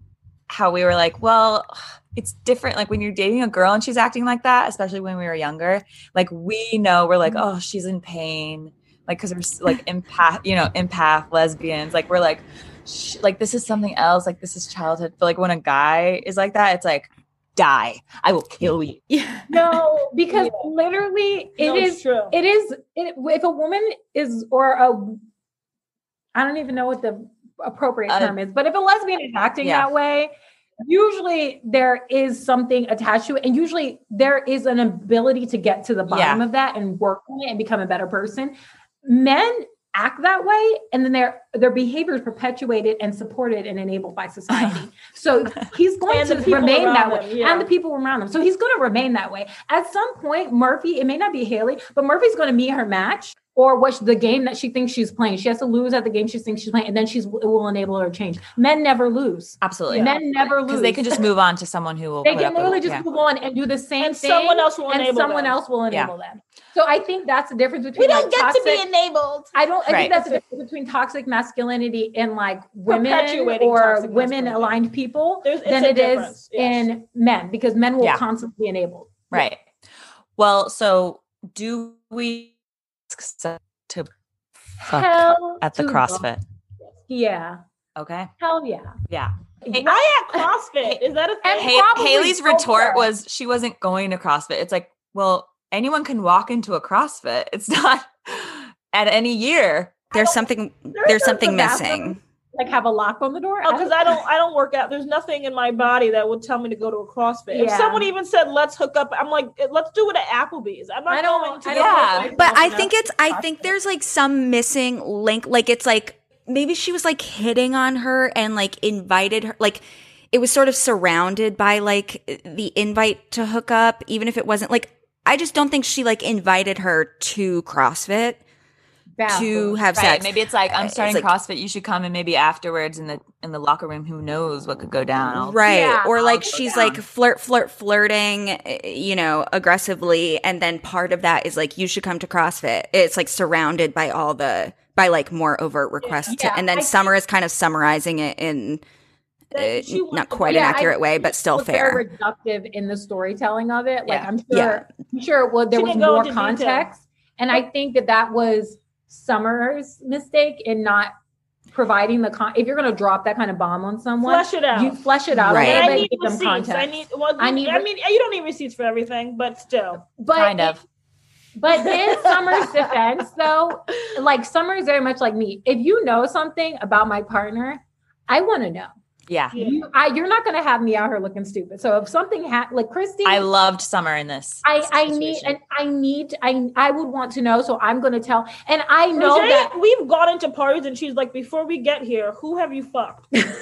how we were like, well, it's different. Like when you're dating a girl and she's acting like that, especially when we were younger, like we know we're like, oh, she's in pain. Like, cause we're s- like empath, you know, empath lesbians. Like we're like, sh- like this is something else. Like this is childhood. But like when a guy is like that, it's like, die. I will kill you. Yeah. No, because Yeah. literally it is. No, it's true. it is it, if a woman is or a i don't even know what the appropriate Uh, term is but if a lesbian is acting yeah. that way usually there is something attached to it and usually there is an ability to get to the bottom of that and work on it and become a better person men act that way and then their their behavior is perpetuated and supported and enabled by society so he's going And to the people remain around that way him, yeah. and the people around him so he's going to remain that way at some point murphy it may not be haley but murphy's going to meet her match or what's the game that she thinks she's playing she has to lose at the game she thinks she's playing and then she's it will enable her to change men never lose Absolutely. men never lose Because they can just move on to someone who will. they put can up with- literally just yeah. move on and do the same and thing someone else will and enable someone them. else will Yeah. enable them so i think that's the difference between We don't like, get to toxic- be enabled. I don't. I Right. think that's the difference between toxic masculinity and like women Perpetuating or toxic women masculinity. aligned people There's- it's than a it is difference, yes. in men because men will Yeah. constantly be enabled. Right. Well, so do we ask so- to fuck Hell at the to CrossFit? Yeah. Okay. Okay. Hell yeah. Yeah. Hey, Why at CrossFit? Is that a And thing? Ha- probably Haley's both retort there. was she wasn't going to CrossFit. It's like, well, anyone can walk into a CrossFit. It's not at any year. There's something is there's no something bathroom. missing. Like have a lock on the door. Oh, because I don't, I don't work out. There's nothing in my body that would tell me to go to a CrossFit. If Yeah. someone even said, "Let's hook up," I'm like, "Eh, "Let's do it at Applebee's." I'm not I don't- going to. I the don't- place Yeah. But I now. think it's I think there's like some missing link. Like it's like maybe she was like hitting on her and like invited her like it was sort of surrounded by like the invite to hook up, even if it wasn't like I just don't think she like invited her to CrossFit Valid. to have Right. sex. Maybe it's like Uh, I'm It's starting like- CrossFit. You should come, and maybe afterwards in the in the locker room, who knows what could go down? I'll- Right. Yeah. Or like I'll go she's down. like flirt, flirt, flirting, eh, you know, aggressively. And then part of that is like, you should come to CrossFit. It's like surrounded by all the, by like more overt requests. to- Yeah. and then I Summer is kind of summarizing it in That eh, she wants not to- quite Yeah, an I accurate way, but still was very fair. reductive in the storytelling of it. Like Yeah. I'm sure, Yeah. I'm sure. Well, there She was didn't go more into detail. context, and I think that that was Summer's mistake in not providing the con. If you're going to drop that kind of bomb on someone, flesh it out. you flesh it out. Right. a And little I bit, need give them receipts. context. I need. Well, I I need need. I re- mean, you don't need receipts for everything, but still, but kind of. But in Summer's defense, though, like Summer is very much like me. If you know something about my partner, I want to know. Yeah. Yeah. You, I, you're not going to have me out here looking stupid. So if something happened, like Christy, I loved summer in this. I, I need situation. and I need I I would want to know, so I'm going to tell. And I know Roger, that we've gone into parties, and she's like, "Before we get here, who have you fucked?" that is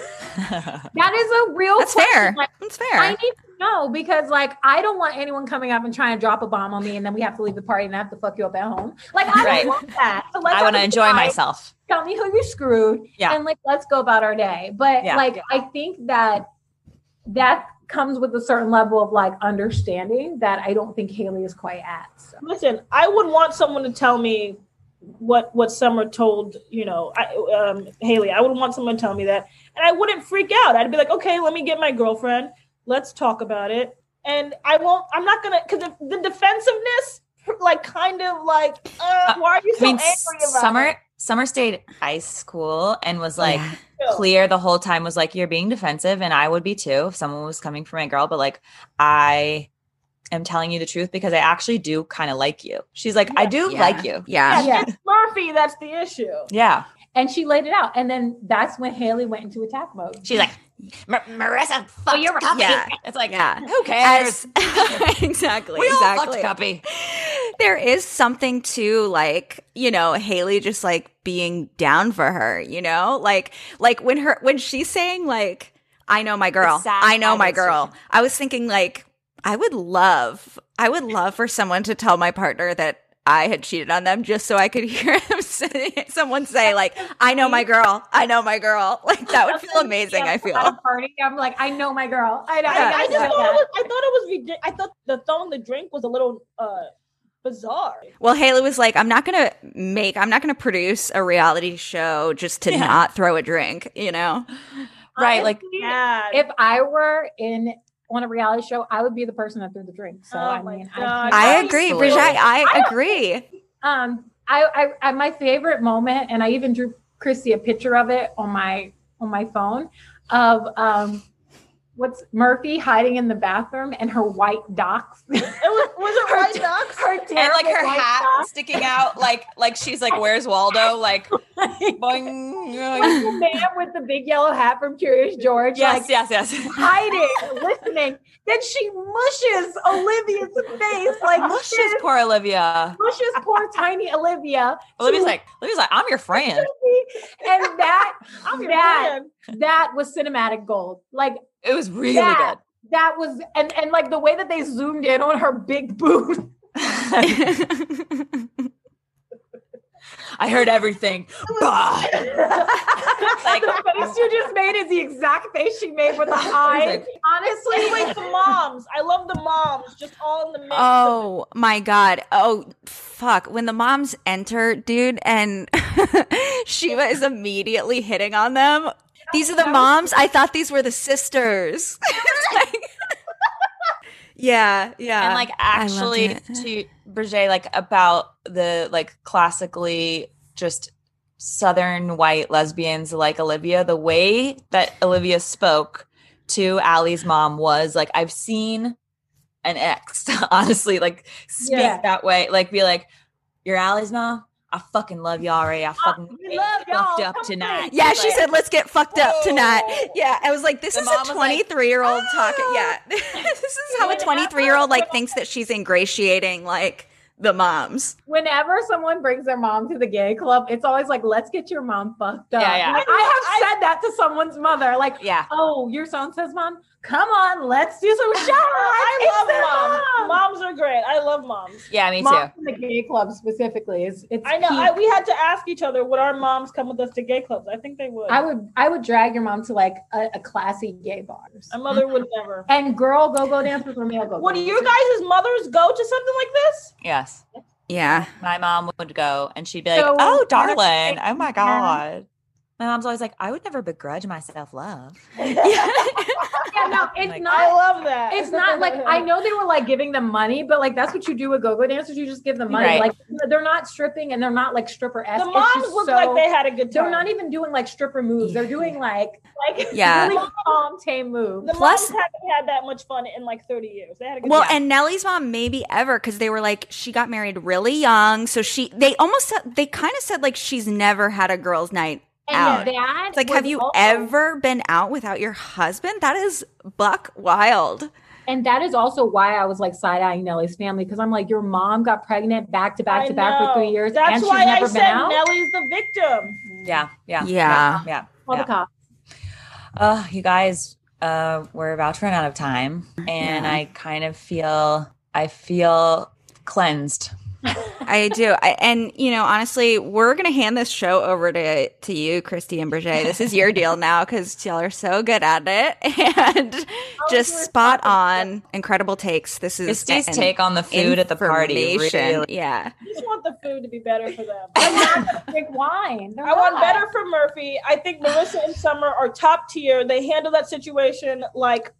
a real That's question. fair. Like, That's fair. I need to know because like I don't want anyone coming up and trying to drop a bomb on me, and then we have to leave the party and I have to fuck you up at home. Like I Right. don't want that. So let's I have want to a enjoy guy myself. Tell me who you screwed. Yeah. And like let's go about our day. But Yeah. like I think that that comes with a certain level of like understanding that I don't think Haley is quite at. So. Listen, I would want someone to tell me what what Summer told you know I, um, Haley. I would want someone to tell me that, and I wouldn't freak out. I'd be like, okay, let me get my girlfriend. Let's talk about it. And I won't. I'm not gonna because the, the defensiveness, like, kind of like, uh, why are you I so mean, angry about summer it? summer stayed high school and was like Yeah. clear the whole time was like you're being defensive and I would be too if someone was coming for my girl, but like I am telling you the truth because I actually do kind of like you. She's like, I do Yeah. like you. Yeah. Yeah. It's Murphy, that's the issue. Yeah. And she laid it out. And then that's when Haley went into attack mode. She's like, Mar- Marissa, fuck you're right. Cuppy. Yeah. It's like, Yeah. who cares? As- exactly. we exactly. all fucked Cuppy. there is something to like you know haley just like being down for her you know like like when her when she's saying like i know my girl It's sad i know I my was girl saying. i was thinking like i would love i would love for someone to tell my partner that I had cheated on them just so I could hear them say, someone say like, "I know my girl, I know my girl." Like that would feel amazing. I At a feel party, I'm like, I know my girl. I know. I, Yeah. I just know thought that. it was, I thought it was ridiculous. I thought the throwing the drink was a little uh, bizarre. well. Haley was like, "I'm not gonna make, I'm not gonna produce a reality show just to Yeah. not throw a drink," you know. Right, like- Bad. if I were in on a reality show, I would be the person that threw the drink. So Oh I my mean, God. I I, agree, Absolutely. Bridget. I don't- agree. um, I, I, I, my favorite moment, and I even drew Christy a picture of it on my on my phone of um, what's Murphy hiding in the bathroom and her white docs, it was, was it Her White d- Ducks? her and like terrible her white hat docs. sticking out, like like she's like, "Where's Waldo?" Like, boing. Like the man with the big yellow hat from Curious George, yes, like yes, yes. hiding, listening. Then she mushes Olivia's face, like Mushes mushes, poor Olivia. mushes poor tiny Olivia. Olivia's like, Olivia's like, I'm your friend. and that I'm your that man. that was cinematic gold. Like It was really Yeah. that was and and like the way that they zoomed in on her big boot. good. I heard everything. Bah. Like- the face you just made is the exact face she made with the eyes. like- Honestly, Wait, wait, the moms. I love the moms, just all in the mix. Oh my god. Oh fuck. When the moms enter, dude, and Shiva is immediately hitting on them. These are the moms. I thought these were the sisters. It's like- yeah, yeah. and like actually it. to Brigitte, like about the like classically just southern white lesbians like Olivia, the way that Olivia spoke to Allie's mom was like, I've seen an ex, honestly, like speak Yeah. that way, like be like, You're Allie's mom? I fucking love y'all already. I fucking we love fucked y'all. up Come tonight. yeah, It's she like- said, let's get fucked up tonight. Whoa. Yeah, I was like, this The is mom a was like, 23 year old talking. "Ah." Yeah, this is how a Whenever 23 year old like someone- thinks that she's ingratiating like the moms. whenever someone brings their mom to the gay club, it's always like, "Let's get your mom fucked up." Yeah, yeah. Like, I have said that to someone's mother, like. Yeah. Oh, your son says, "Mom, come on, let's do some shots." I love moms. Moms are great. I love moms. Yeah, me too. Moms in the gay club specifically is it's. I know. peak. I, we had to ask each other, would our moms come with us to gay clubs? I think they would. I would I would drag your mom to like a, a classy gay bar My mother would never. and girl go go dances or male go. Would your guys' mothers go to something like this? Yes. Yeah. my mom would go and she'd be like, So "Oh, you're darling, oh my yeah. god." My mom's always like, "I would never begrudge myself love." Yeah, no, it's Like, I not. love that. It's not like I know they were like giving them money, but like that's what you do with go go dancers. You just give them money. Right. Like they're not stripping and they're not like stripper esque. The moms look like they had a good They're time. not e-, even doing like stripper moves. They're doing like like Yeah. really calm tame moves. the Plus- moms haven't had that much fun in like 30 years. They had a good Well, time. and Nellie's mom maybe ever because they were like she got married really young, so she they almost said, they kind of said like she's never had a girls' night. Out. And that It's like, was have you also- ever been out without your husband? That is buck wild. And that is also why I was like side eyeing Nellie's family because I'm like, your mom got pregnant back to back I to back for three know. years. That's and she's why never I been said out. Nellie's the victim. Yeah, yeah, Yeah. yeah. yeah. Call the Yeah. cops. Oh, you guys, uh, we're about to run out of time, and Yeah. I kind of feel I feel cleansed. I do, I, and you know, honestly, we're gonna hand this show over to to you, Christy and Brigitte. This is your deal now because y'all are so good at it and Oh, just spot on, incredible takes. This is Christy's an take on the food at the party. information. Really. Yeah. I just want the food to be better for them. They're not gonna drink wine. They're I want not. better from Murphy. I think Marissa and Summer are top tier. They handle that situation like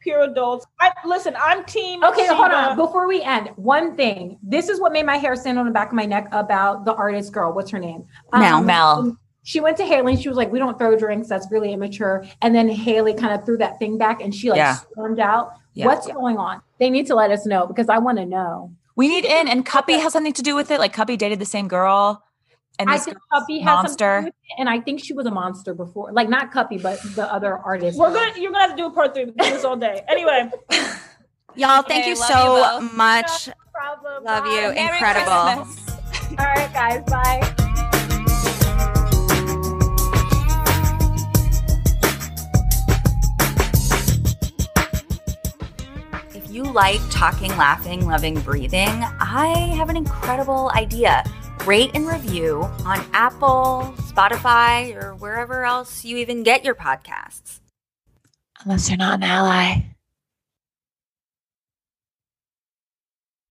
pure adults. I listen. I'm team. Okay, hold on. Sheba. Before we end, one thing. This is what made my hair stand on the back of my neck about the artist girl. What's her name? Um, Um, Mel. Mel. She went to Haley and she was like, We don't throw drinks. That's really immature. And then Haley kind of threw that thing back and she like Yeah. stormed out. Yeah. What's going on? They need to let us know because I want to know. We need in, and Cuppy has something to do with it. Like Cuppy dated the same girl, and I this think Cuppy has monster. monster. and I think she was a monster before, like not Cuppy, but the other artist. We're gonna. You're gonna have to do a part three. We can do this all day. Anyway. Y'all, thank Okay, you love you so both. much. problem. Love you. Merry Incredible. Christmas. All right, guys. Bye. If you like talking, laughing, loving, breathing, I have an incredible idea. Rate and review on Apple, Spotify, or wherever else you even get your podcasts. Unless you're not an ally.